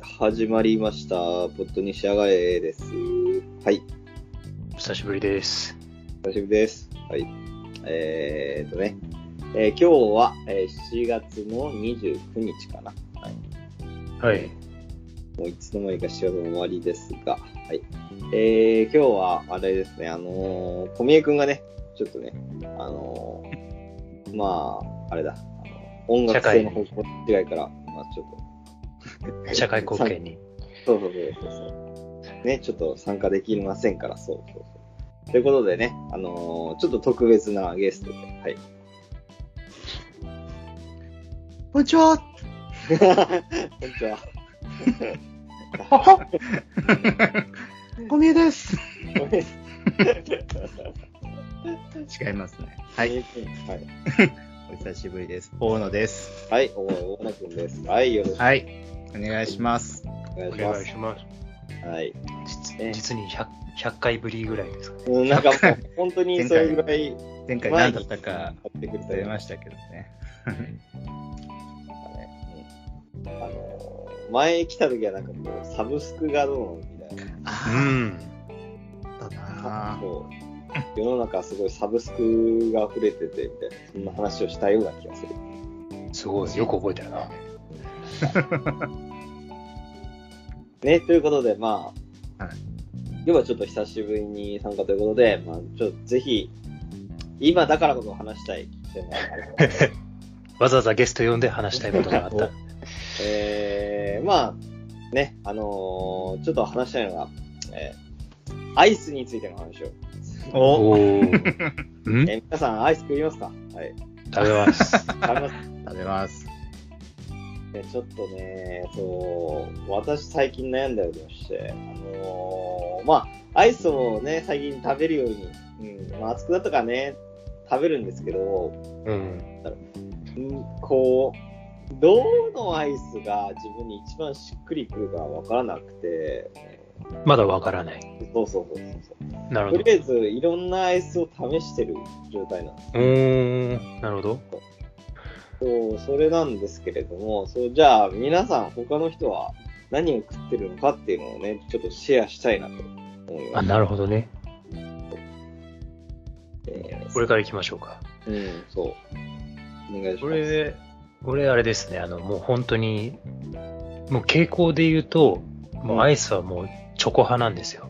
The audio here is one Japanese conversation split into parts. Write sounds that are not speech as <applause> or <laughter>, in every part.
始まりました。ポットに仕上がれです。はい。久しぶりです。久しぶりです。はい。えーっとね。えー今日は、えー7月の29日かな。はい。はい。もういつの間にか7月の終わりですが。はい。えー、今日は、あれですね、あのー、小宮くんがね、ちょっとね、あのー、まあ、あれだ、あの音楽性の方向違いから、まあちょっと、社会貢献に。そうそうそうそうそう。ね、ちょっと参加できませんから、そうそうそう。ということでね、あのーちょっと特別なゲストで、はい。こんにちは <laughs> こんにちは。小宮です。ごめん違いますね。はい。はい。お久しぶりです。大野です。はい、お大野くんです。はい、よろしくはい。お願いします。お願いお願しまいす。します。はい。実実に 100, 100回ぶりぐらいですかね。うんなんかもう、本当にそれぐらい前回前何にだったかってくれ忘れてままししたけどね。たね。うんあのー前来た時はなんかこう、サブスクがどうのみたいな。うん。あったなそう世の中すごいサブスクが溢れててみたいなそんな話をしたような気がするすごい。よく覚えてるな。ねということでまあ、はい今日はちょっと久しぶりに参加ということで、まあ、ちょっとぜひ今だからこそ話したいっていうのがあるわざわざゲスト呼んで話したいことがあった。えー、まあねあのーちょっと話したいのが、えーアイスについての話を、お <laughs> おー。 <laughs> んえー皆さんアイス食いますかはい食べます。食べます食べます。ねちょっとね、そう、私最近悩んだりまして、あのーまあ、アイスをね、最近食べるように、うん、まあ、暑くなったからね、食べるんですけど、うん。うんこう、どのアイスが自分に一番しっくりくるかわからなくて、まだわからない。そうそうそうそうそなるう。ほとど。りあえず、いろんなアイスを試してる状態なんです。うーん。なるほど。そう、それなんですけれども、そうじゃあ皆さん他の人は何を食ってるのかっていうのをね、ちょっとシェアしたいなと思いまあ、す。なるほどね。えーこれから行きましょうか。うん、そう。お願いします。これ、これあれですね。あの、もう本当に、もう傾向で言うと、もうアイスはもうチョコ派なんですよ。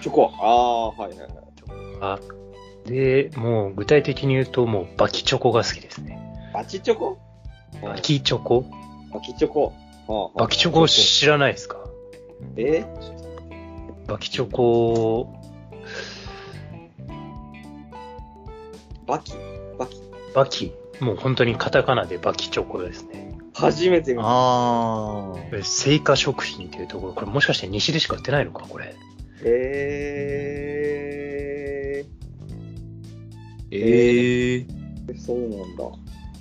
チョコ。ああー、はいはいはい。あで、もう具体的に言うと、もうバキチョコが好きですね。バチチョコバキチョコバキチョコ。はあバキチョコ知らないですかえバキチョコ、バキバキバキ。もう本当にカタカナでバキチョコですね。初めて見た。あこれ製菓食品っていうところ、これもしかして西でしか売ってないのかこれ。えええ。ー、そうなんだ。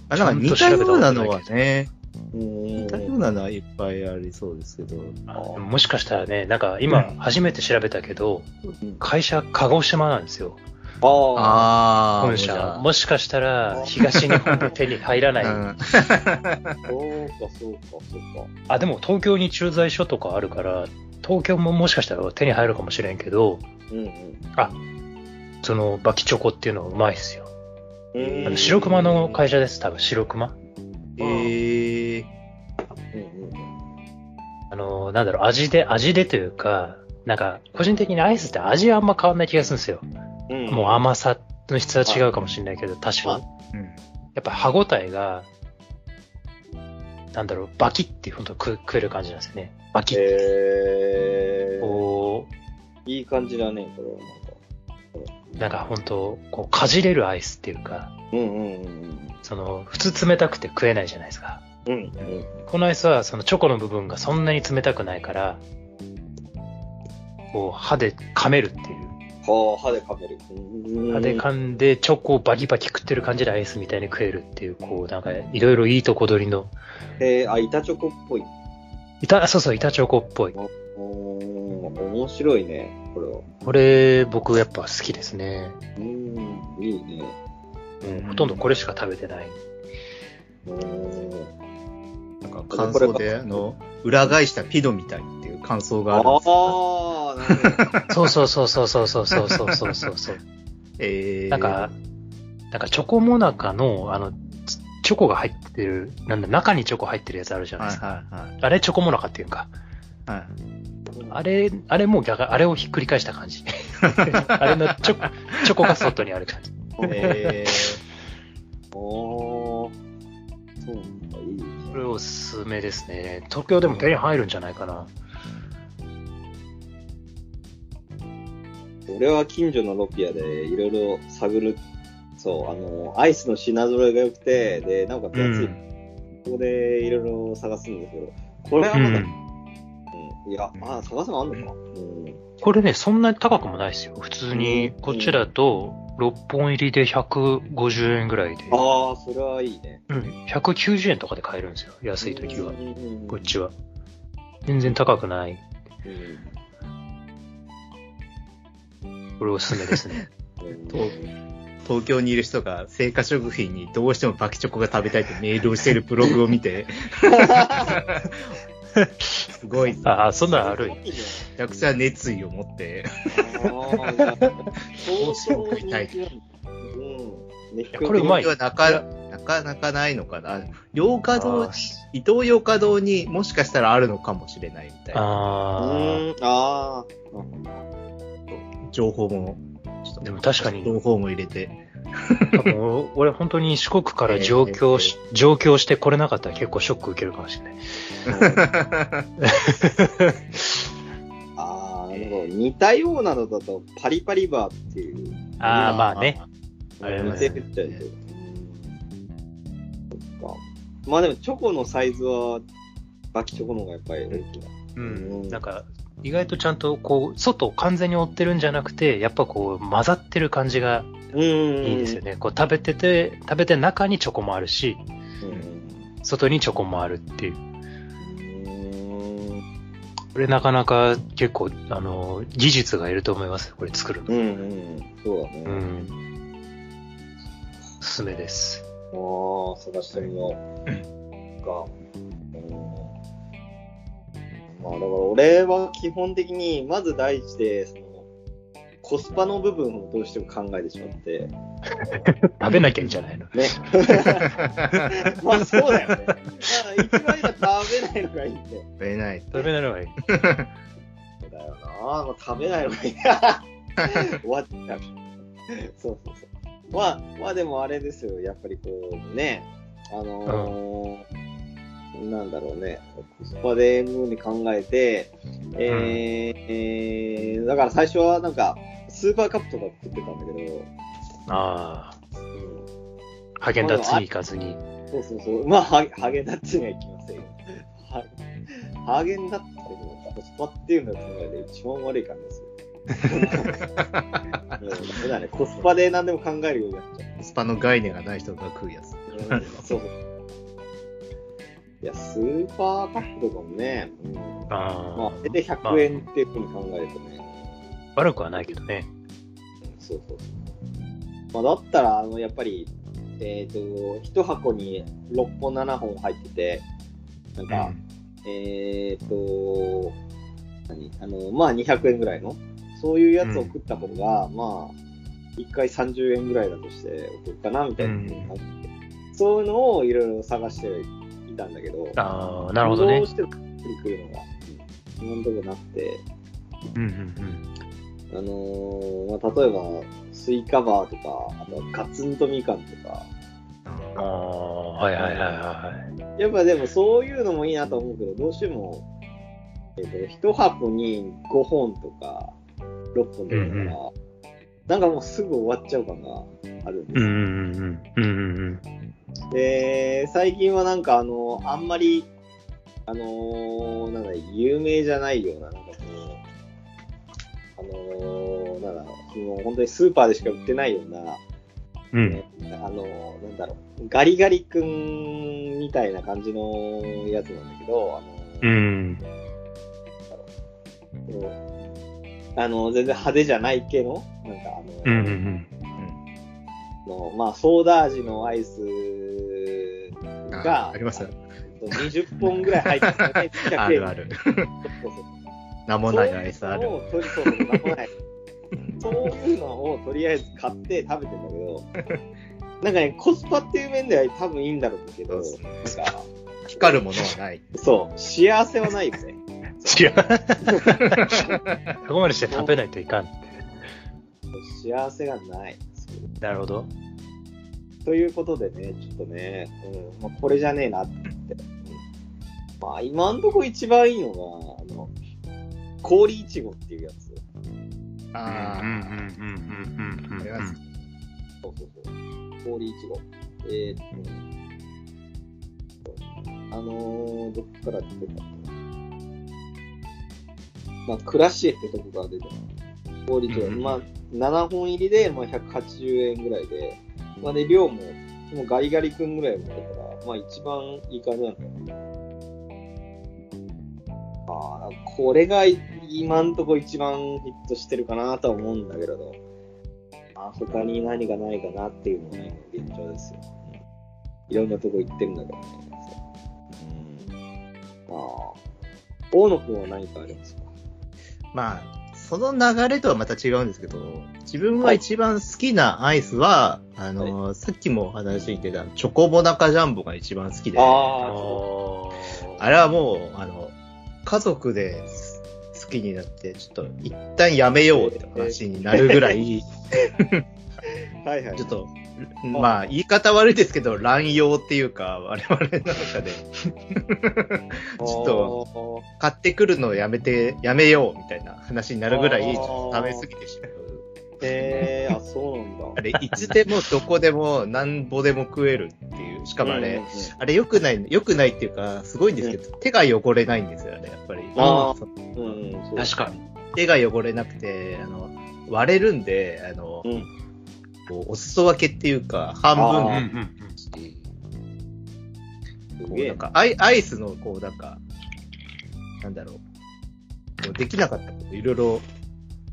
あ、なんか似たようなのはちゃんと調べたことね、うーん。似たようなのはいっぱいありそうですけど。あもしかしたらね、なんか今初めて調べたけど、うん会社鹿児島なんですよ。ああ。ああ。本社。もしかしたら東日本で手に入らない。うんそうか、そうか、そうあ、でも東京に駐在所とかあるから、東京ももしかしたら手に入るかもしれんけど、か。うんうん。そのバキチョコっていうのはうまいっすよ。うーんあの白熊の会社です、多分白熊。ええ。うんうんあの、なんだろう、味で、味でというか、なんか、個人的にアイスって味はあんま変わんない気がするんですよ。うん。もう甘さの質は違うかもしれないけど、多少。はやいうんっぱ歯応えが、なんだろう、バキって本当食食える感じなんですよね。バキって。えー、こいい感じだね、これはなんか。う、なんか本当こう、かじれるアイスっていうか、うんうんうんその、普通冷たくて食えないじゃないですか。うん。うんうん。このアイスはそのチョコの部分がそんなに冷たくないから、こう歯で噛めるっていう。はあ、歯で噛める。うーん歯で噛んでチョコをバキバキ食ってる感じでアイスみたいに食えるっていう、こうなんかいろいろいいとこ取りの、えー、あ、板チョコっぽい。板、そうそう、板チョコっぽい。おー面白いね、これは。これ僕やっぱ好きですね。うーん、いいね。うん、ほとんどこれしか食べてない。うーんなんか感想で、あの、裏返したピドみたいっていう感想があるんですよ。ああ、なるほど。そうそうそうそうそうそうそうそうそうそうそう。 <laughs> えー、なんか、なんかチョコモナカの、あの、チチョコが入ってる、なんだ、中にチョコ入ってるやつあるじゃないはでいすか。はいはい。あれチョコモナカっていうか。はい <laughs> あれ、あれも逆、あれをひっくり返した感じ。あれのチョコ、チョコが外にある感じ。えおーそうなんだ、いいね。これおすすめですね。東京でも手に入るんじゃないかな。俺は近所のロピアでいろいろ探る、そう、あの、アイスの品揃えが良くて、で、なおかつう安い。ん。ここでいろいろ探すんですけど、これはうまだ、うんん。いや、まあ、探せばあんのかな。うん。これね、そんなに高くもないですよ。普通に、こっちだと、6本入りで150円ぐらいで、ああ、それはいいね。うん、190円とかで買えるんですよ。安い時はう。んこっちは。全然高くない。うんこれおすすめですね。うんとー東京にいる人が成果食品にどうしてもバキチョコが食べたいってメールをしてるブログを見て、すごい、めああ、そんなんあるよ。すちゃくちゃ熱意を持って、ごいねああ、じゃあ、相当人気なんだ。うん。ね、これうまい東京はなかなかなかないのかな。洋華堂に、伊東洋華堂にもしかしたらあるのかもしれないみたいなうあん、ああ。情報も、ちょっとあ、でも確かに、情報も入れて。多分俺本当に四国から上京し、上京してこれなかったら結構ショック受けるかもしれない。 <laughs> ああ、なるほど。似たようなのだと、パリパリバーっていう。ああ、まあね。あれ似はてねるっちゃ似てる。そっか。まあでも、チョコのサイズは、バキチョコの方がやっぱり大きいな。うん。なんか、意外とちゃんとこう、外を完全に覆ってるんじゃなくて、やっぱこう、混ざってる感じがうん。いいですよね。こう、食べてて、食べて中にチョコもあるし、うん外にチョコもあるっていう。うん。これなかなか結構、あの、技術がいると思いますよこれ作るの。うんうん、そうだね。うあん。おすすめです。あ、探してみよう。か。うんまあ、だから俺は基本的に、まず第一で、その、コスパの部分をどうしても考えてしまって。食べなきゃいいんじゃないのね。 <laughs> まあそうだよね。だから一番いいのは食べないのがいいんだよ。食べない。食べないのがいい。そうだよな。まあ、食べないのがいい。 <laughs> 終わっちゃう。そうそうそう。まあ、まあでもあれですよ。やっぱりこう、ね。あのーなんだろうね。コスパでムに考えて、えーえーだから最初はなんか、スーパーカップとか食ってたんだけど、あうんあ、ハーゲンダッツに行かずに。そうそうそう。まあ、ハハーゲンダッツには行きませんよ。ハハーゲンダッツってコスパっていうのが考えで一番悪い感じですよ。うんそうだね、コスパで何でも考えるようになっちゃコスパの概念がない人が食うやつ。う。うんそうそう。いや、スーパーカップとかもね、うんまあ、ああれで100円っていうふうに考えるとね、あ、悪くはないけどね。うんそうそうそう。まあ、だったら、あの、やっぱり、えっ、と、一箱に6本7本入ってて、なんか、えーっと、何あの、まあ200円ぐらいの、そういうやつを食った方が、まあ、1回30円ぐらいだとしておこうかな、みたいな、そういうのをいろいろ探していたんだけど、ああ、なるほどねどう。しても食るのが、うん今のところなくて、うんうんあのーまあ、例えば、スイカバーとか、あとはガツンとみかんとか、うん。ああ、はいはいはいはい。やっぱでもそういうのもいいなと思うけど、どうしても、えっ、と、1箱に5本とか、6本とか、うんうんなんかもうすぐ終わっちゃう感があるんでうすんうんうよ、ん。うんうんで、最近はなんかあの、あんまり、あのーなんだ、有名じゃないような、なんかこう、あのーなんだ、その本当にスーパーでしか売ってないような、うん。うん。あの、なんだろう、ガリガリ君みたいな感じのやつなんだけど、あの、うん。こうあの全然派手じゃない系の、なんかあの、うん <laughs> うんうん。あのまあ、ソーダ味のアイスあが、ありました。と20本ぐらい入ってたね、ちっちゃ <laughs> あくてるある。そうそうそう名もないアイスある。そういうのを取りそうそう名もないそういうのをとりあえず買って食べてんだけど、なんかね、コスパっていう面では多分いいんだろうけど、そうなんですか、光るものはない。そう、幸せはないよね。違う。そこまでして食べないといかんって。幸せがない。そうなるほど。ということでね、ちょっとね、うんまあ、これじゃねえなって。まあ、今んとこ一番いいのが、あの、氷いちごっていうやつ。あうんあ。うんうんうんうんうんうんうんそうそうそう。氷いちご。えー、っとね、あのー、どっから出てたっけなまあ、クラシエってとこから出てた。氷いちご。うんうんまあ、7本入りで、まあ、180円ぐらいで、まあ、で、量も、もうガリガリ君ぐらいもだから、まあ、一番いい感じなんだよね。ああ、これが今んとこ一番ヒットしてるかなとは思うんだけれど、まあ、他に何がないかなっていうのがね現状ですよ。いろんなとこ行ってるんだけどね。そううん。まあ、大野くんは何かありますかまあ、その流れとはまた違うんですけど、自分が一番好きなアイスは、あの、さっきもお話ししてた、チョコモナカジャンボが一番好きで、あああーれはもう、あの、家族で好きになって、ちょっと一旦やめようって話になるぐらい、あ、はいはい。ちょっと、ま <laughs> あ、言い方悪いですけど、乱用っていうか、我々の中で、とちょっと買ってくるのをやめて、やめようみたいな話になるぐらい、あーちょっと食べ過ぎてしまう。えー、あ、そうなんだ。あれ、いつでもどこでもなんぼでも食えるっていう。しかもあれ、うんうんうんあれ良くない、良くないっていうか、すごいんですけど、手が汚れないんですよね、やっぱり。あーそううんうん、そう確かに。手が汚れなくて、あの、割れるんで、あの、うん。こうお裾分けっていうか、半うんあうー分、んすこげうえなんかアイ、アイスの、こう、なんか、なんだろう。こうできなかったこと、いろいろ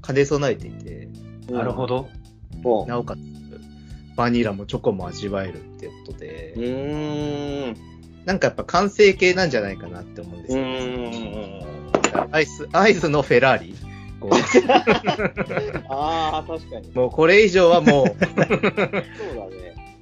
兼ね備えていて、うんなるほど。どなおかつ、バニラもチョコも味わえるってことで、うーん。なんかやっぱ完成形なんじゃないかなって思うんですうよ、ーん。アイス、アイスのフェラーリ。こああ、確かにう。もうこれ以上は <laughs> もう、そうだね。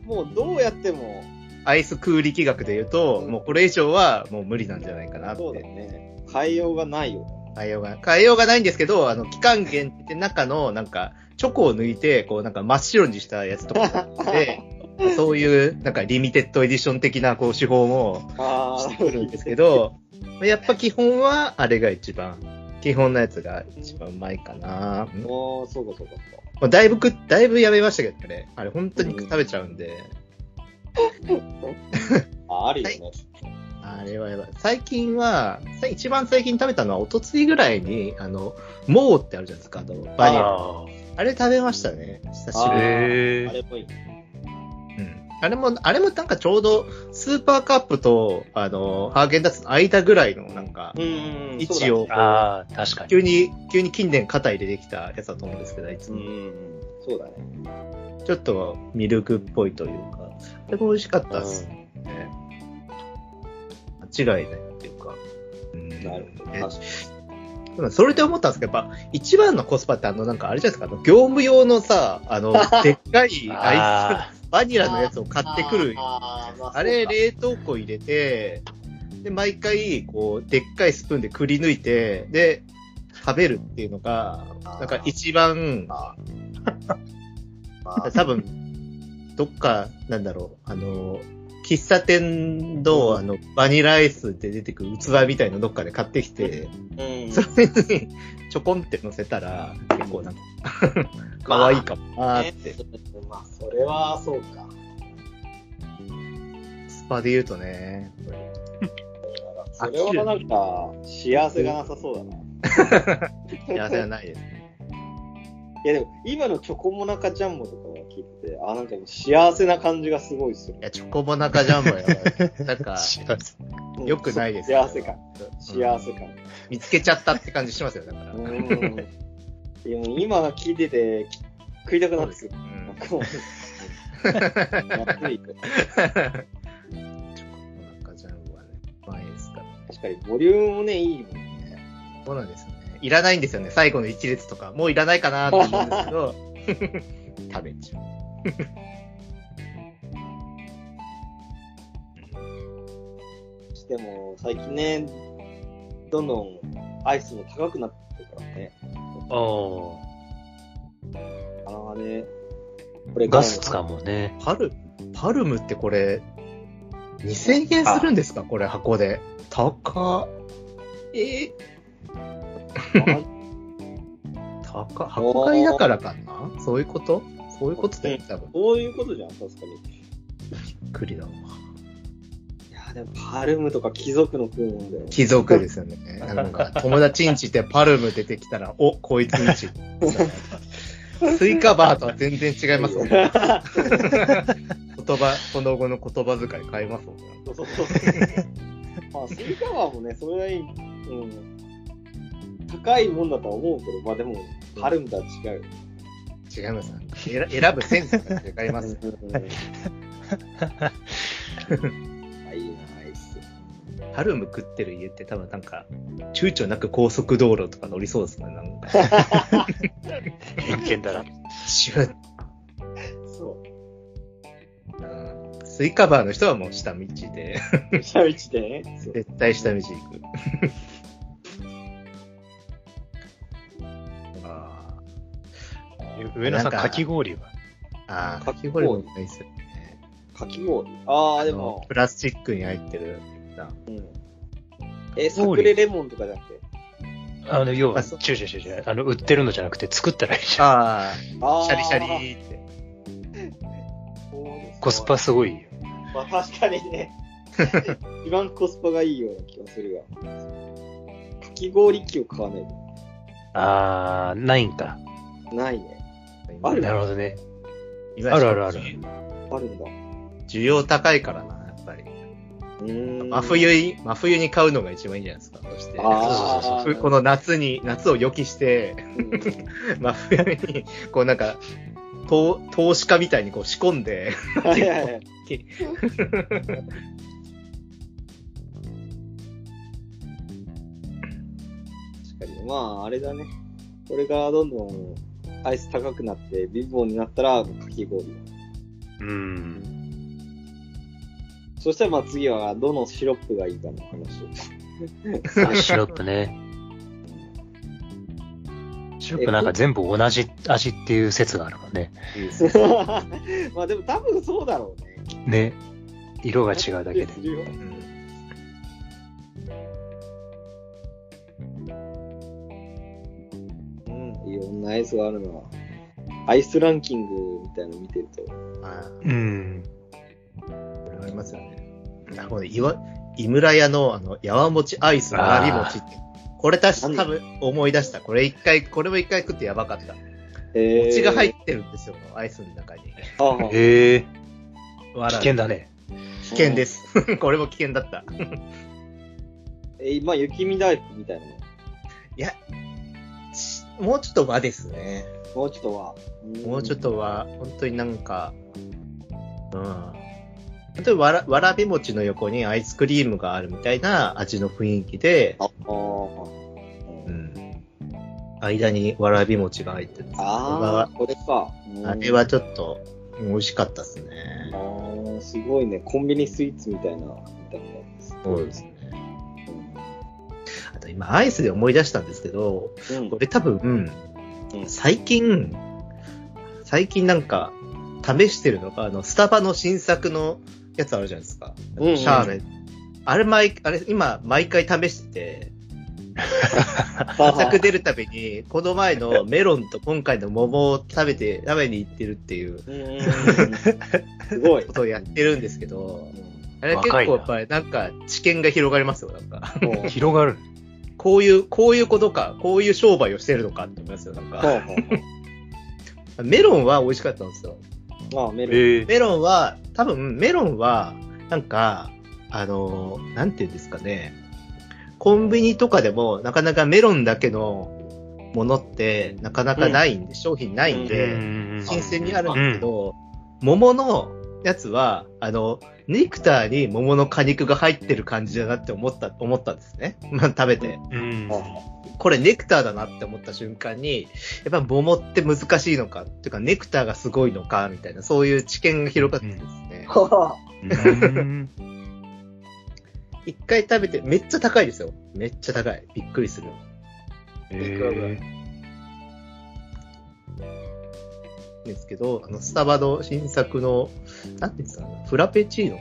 もうどうやっても、アイス空力学で言うと、うんもうこれ以上はもう無理なんじゃないかなっそうだて。ね。変えようがないよね。変えようが、変えようがないんですけど、あの、期間限定中の、なんか、チョコを抜いて、こう、なんか真っ白にしたやつとかが <laughs> あって、そういう、なんか、リミテッドエディション的な、こう、手法もあしてくるんですけど、やっぱ基本は、あれが一番、基本のやつが一番うまいかな。 <laughs> あ、もう、そうかそうかまあ、だいぶ食っだいぶやめましたけどね。あれ、本当に食べちゃうんで。そうか。ああるよね。あれはやばい。最近は、さ一番最近食べたのは、おとついぐらいに、あの、モーってあるじゃないですか、あの、バニラ。ああれ食べましたね、久しあーぶりに。へーあれもいい。うん。あれも、あれもなんかちょうど、スーパーカップと、あの、ハーゲンダッツの間ぐらいの、なんか、うん位置を。ーあー、確かに。急に、急に近年肩入れてきたやつだと思うんですけど、いつうんも。うん。そうだね。ちょっとミルクっぽいというか、あれも美味しかったですね。間違いないっていうか。うんなるほど。確ねかうんそれで思ったんですけど、やっぱ、一番のコスパってあの、なんかあれじゃないですか、あの業務用のさ、<laughs> あの、でっかいアあイス、バニにラのやつを買ってくる。あーまあそれ、うか冷凍庫入れて、で、毎回、こう、でっかいスプーンでくり抜いて、で、食べるっていうのが、なんか一番、あ <laughs> ーまあ多分、どっか、なんだろう、あの、喫茶店の、あの、バニラアイスで出てくる器みたいのどっかで買ってきて、うんそれに <laughs> ちょこんって乗せたら、結構なんか、可愛いかもなーって。まあ、それはそうか。スパで言うとね、それはなんか、幸せがなさそうだな。幸せ <laughs> はないです。いやでも、今のチョコモナカジャンボとかを聞いてて、あ、なんかもう幸せな感じがすごいっすよい。や、チョコモナカジャンボやばい。なん <laughs> か、幸せうん良くないです幸せ感。うん幸せ感。見つけちゃったって感じしますよ、だから。うん。いやもう今聞いてて、き食いたくなってくる。うんなんかもう <laughs> まずいなんかジャンルはね。かにボリュームもね、いいもんね。そうなんですよね。いらないんですよね。最後の一列とか。もういらないかなと思うんですけど、食べちゃう。しても、最近ね、どんどんアイスも高くなってるからね。ああ。あのね、これからガもス使うもんね。パル、パルムってこれ、2000円するんですかこれ箱で。高っ。えー、高っ。箱買いだからかなそういうことそういうことだよ、多分。そういうことじゃん、確かに。びっくりだわ。いや、でも、パルムとか貴族の食うもんだよ。貴族ですよね。なんか、友達んちってパルム出てきたら、お、こいつんち。スイカバーとは全然違いますもんね。言葉、その後の言葉遣い変えますもんね。そうそうそう。まあ、スイカバーもね、それなりに、うん、高いもんだとは思うけど、まあでも、パルムとは違うよ。違います。選選ぶセンスが違いますね。あ、いいな、アイス。 <laughs> ハルム食ってる家って多分なんか、躊躇なく高速道路とか乗りそうですもんね。なんか、偏見だな。シュッそうんスイカバーの人はもう下道で、う。下道でね。そう <laughs> 絶対下道行く。 <laughs> あ上野さ、なんんかかき氷は。ーあー、かかきき氷氷もないですよね。かき氷。ああ、であのも、プラスチックに入ってる。うん。え、サクレレモンとかじゃなくて。あの、要は、あそう違う違う違う違う。あの、売ってるのじゃなくて作ったらいいじゃん。あああ、ーシャリシャリ。って。そうですねコスパすごいよ。まあ確かにね。一番コスパがいいような気がするが。かき氷機を買わないと。あー、ないんか。ないね。あるなるほどね。今あるあるある。あるんだ。需要高いからな、やっぱり。うーん真。冬に、真冬に買うのが一番いいんじゃないですか。そして。あーそうそうふこの夏に、夏を予期して、 <laughs> 真冬に、こうなんか、投投資家みたいにこう仕込んで、はいはいはい確かに。まあ、あれだね。これがどんどんアイス高くなって、貧乏になったら、かき氷。うん。そしたらまあ次は、どのシロップがいいかの話を。あシロップね。シロップなんか全部同じ味っていう説があるもんね。まあでも多分そうだろうね。ね。色が違うだけで。うんうん、いろんなアイスがあるのは、アイスランキングみたいなの見てると、ああ、うん。これありますよね。あこれ、いわ、井村屋のあの、やわもちアイスのわらび餅って、これたし、多分思い出した。これ一回、これも一回食ってやばかった。え餅が入っってるんですよ、アイスの中に。ああ危へえわ危らび険だね。危険で。す。 <laughs> これも危険だった。えー、まあ雪見大福みたいなの。もうちょっと和ですね。もうちょっとは。もうちょっと。とは、本当になんか、うん。例えばわら、わらび餅の横にアイスクリームがあるみたいな味の雰囲気で、ああうー。ん。間にわらび餅が入ってる。ああ、これか。うんあれはちょっと、美味しかったですね。あーすごいね。コンビニスイーツみたいな、みたいなやつ。そうですね。あと今、アイスで思い出したんですけど、うん。これ多分、うん最近、最近なんか、試してるのが、あの、スタバの新作のやつあるじゃないですか。うんうんシャーベット。あれ、毎、あれ、今、毎回試してて、新作出るたびに、この前 <laughs> のメロンと今回の桃を食べて、食べに行ってるっていううんうんうんうん。すごい。ことをやってるんですけど、あれ結若いな構やっぱりなんか知見が広がりますよ、なんか。うんもう広がる。こういう、こういうことか、こういう商売をしてるのかって思いますよ、なほんうか。ほメロンは美味しかったんですよ。うまあ、メル。ええメロンは、多分メロンは、なんか、あのー、なんていうんですかね、コンビニとかでも、なかなかメロンだけのものって、なかなかないんで、商品ないんうで、ん新鮮にあるんですけど、桃のやつは、あの、ネクターに桃の果肉が入ってる感じだなって思った、思ったんですね。 <laughs> まあ食べて。うん。これネクターだなって思った瞬間に、やっぱ桃って難しいのか、っていうかネクターがすごいのか、みたいな、そういう知見が広がってですね。うん一、回食べて、めっちゃ高いですよ。めっちゃ高い。びっくりする。えーですけど、あの、スタバの新作の、なんていうんですかね、フラペチーノ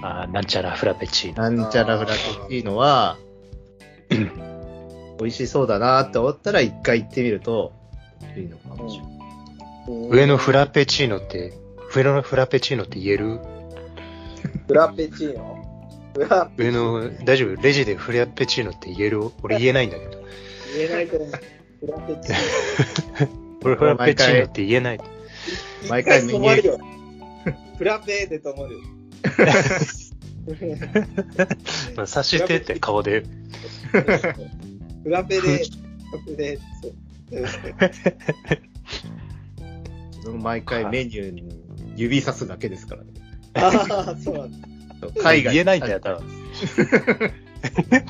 あーなんちゃらフラペチーノ。なんちゃらフラペチーノは、美味しそうだなって思ったら一回行ってみると、いいのかもしれない。上のフラペチーノって、上のフラペチーノって言えるフラペチーノフラ、上の、大丈夫レジでフラペチーノって言える俺言えないんだけど。言えないと思う。フラペチー俺フラペチーノって言えない。ノ。毎回メニュー一回止まるよフラペで止ま <laughs> るよ。まあ、察してって顔で。 <laughs> フラペで、フラペで、そう。自分毎回メニューに指さすだけですからね。ああ、そうなんだ。海外言えないんだよ、多分。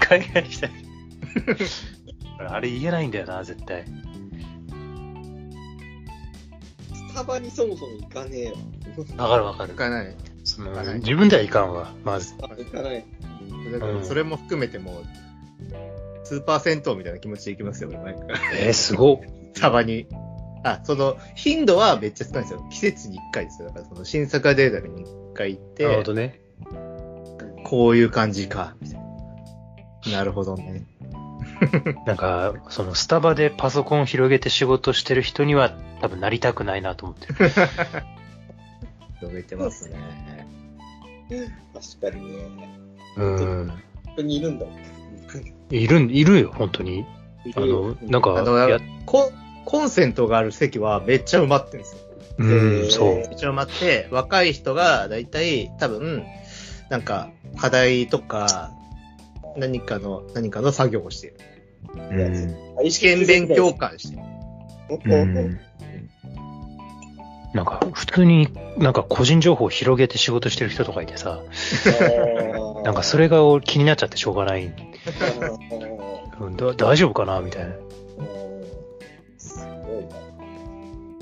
海外来た人。あれ言えないんだよな、絶対。スタバにそもそも行かねえよ。わかるわかる行。かない。そのはい自分ではいかんわ、まず。あ行かない。だかうらんそれも含めてもう、スーパー銭湯みたいな気持ちで行きますよ、俺毎回。 <laughs> えー、すごっ。たまに。あ、その、頻度はめっちゃ少ないんですよ。季節に1回ですよ。だからその新作が出るたびに1回行って。なるほどね。こういう感じか。みたいななるほどね。なんか、そのスタバでパソコン広げて仕事してる人には多分なりたくないなと思ってる。広げてますね。確かにね。うん。本当にいるんだもん。いるん、いるよ、本当に。あの、なんか、あのやこコンセントがある席はめっちゃ埋まってるんですよ。うん、そう。めっちゃ埋まって、若い人がだいたい多分、なんか課題とか、何かの、何かの作業をしている。うん。試験勉強会してる。うん。なんか、普通になんか個人情報を広げて仕事してる人とかいてさ、なんかそれが俺気になっちゃってしょうがない。うん、だ大丈夫かなみたいな。すごいな。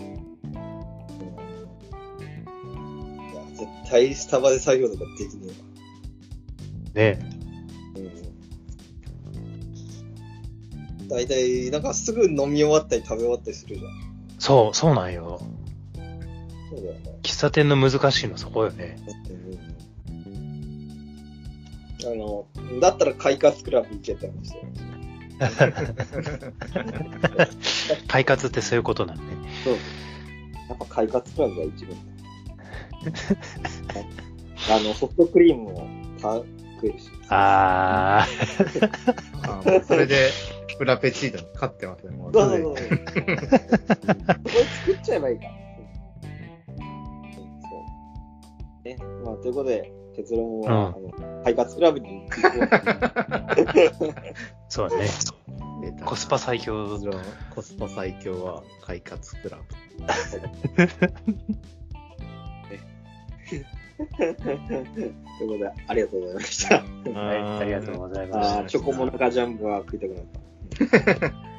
いや、絶対スタバで作業とかできねね。えわ。うん。大体、なんかすぐ飲み終わったり食べ終わったりするじゃん。そう、そうなんよ。そうだよね。喫茶店の難しいのそこよね。あの、だったら快活クラブ行けって話だよ。快活ってそういうことなんね。そう。やっぱ快活クラブが一番 <laughs> だ。あの、ソフトクリームをた食えるし。ああーもうそれで、フラペチーノに勝ってますね。もうそうそうそう。そこれ作っちゃえばいいから。そう。ね。まあ、ということで、結論は、あの、快活クラブに行こう。あ、そうだね。出たコスパ最強。コスパ最強は、快活クラブ。ということで、ありがとうございました。はい、ありがとうございまあーす。チョコモナカジャンボは食いたくなった。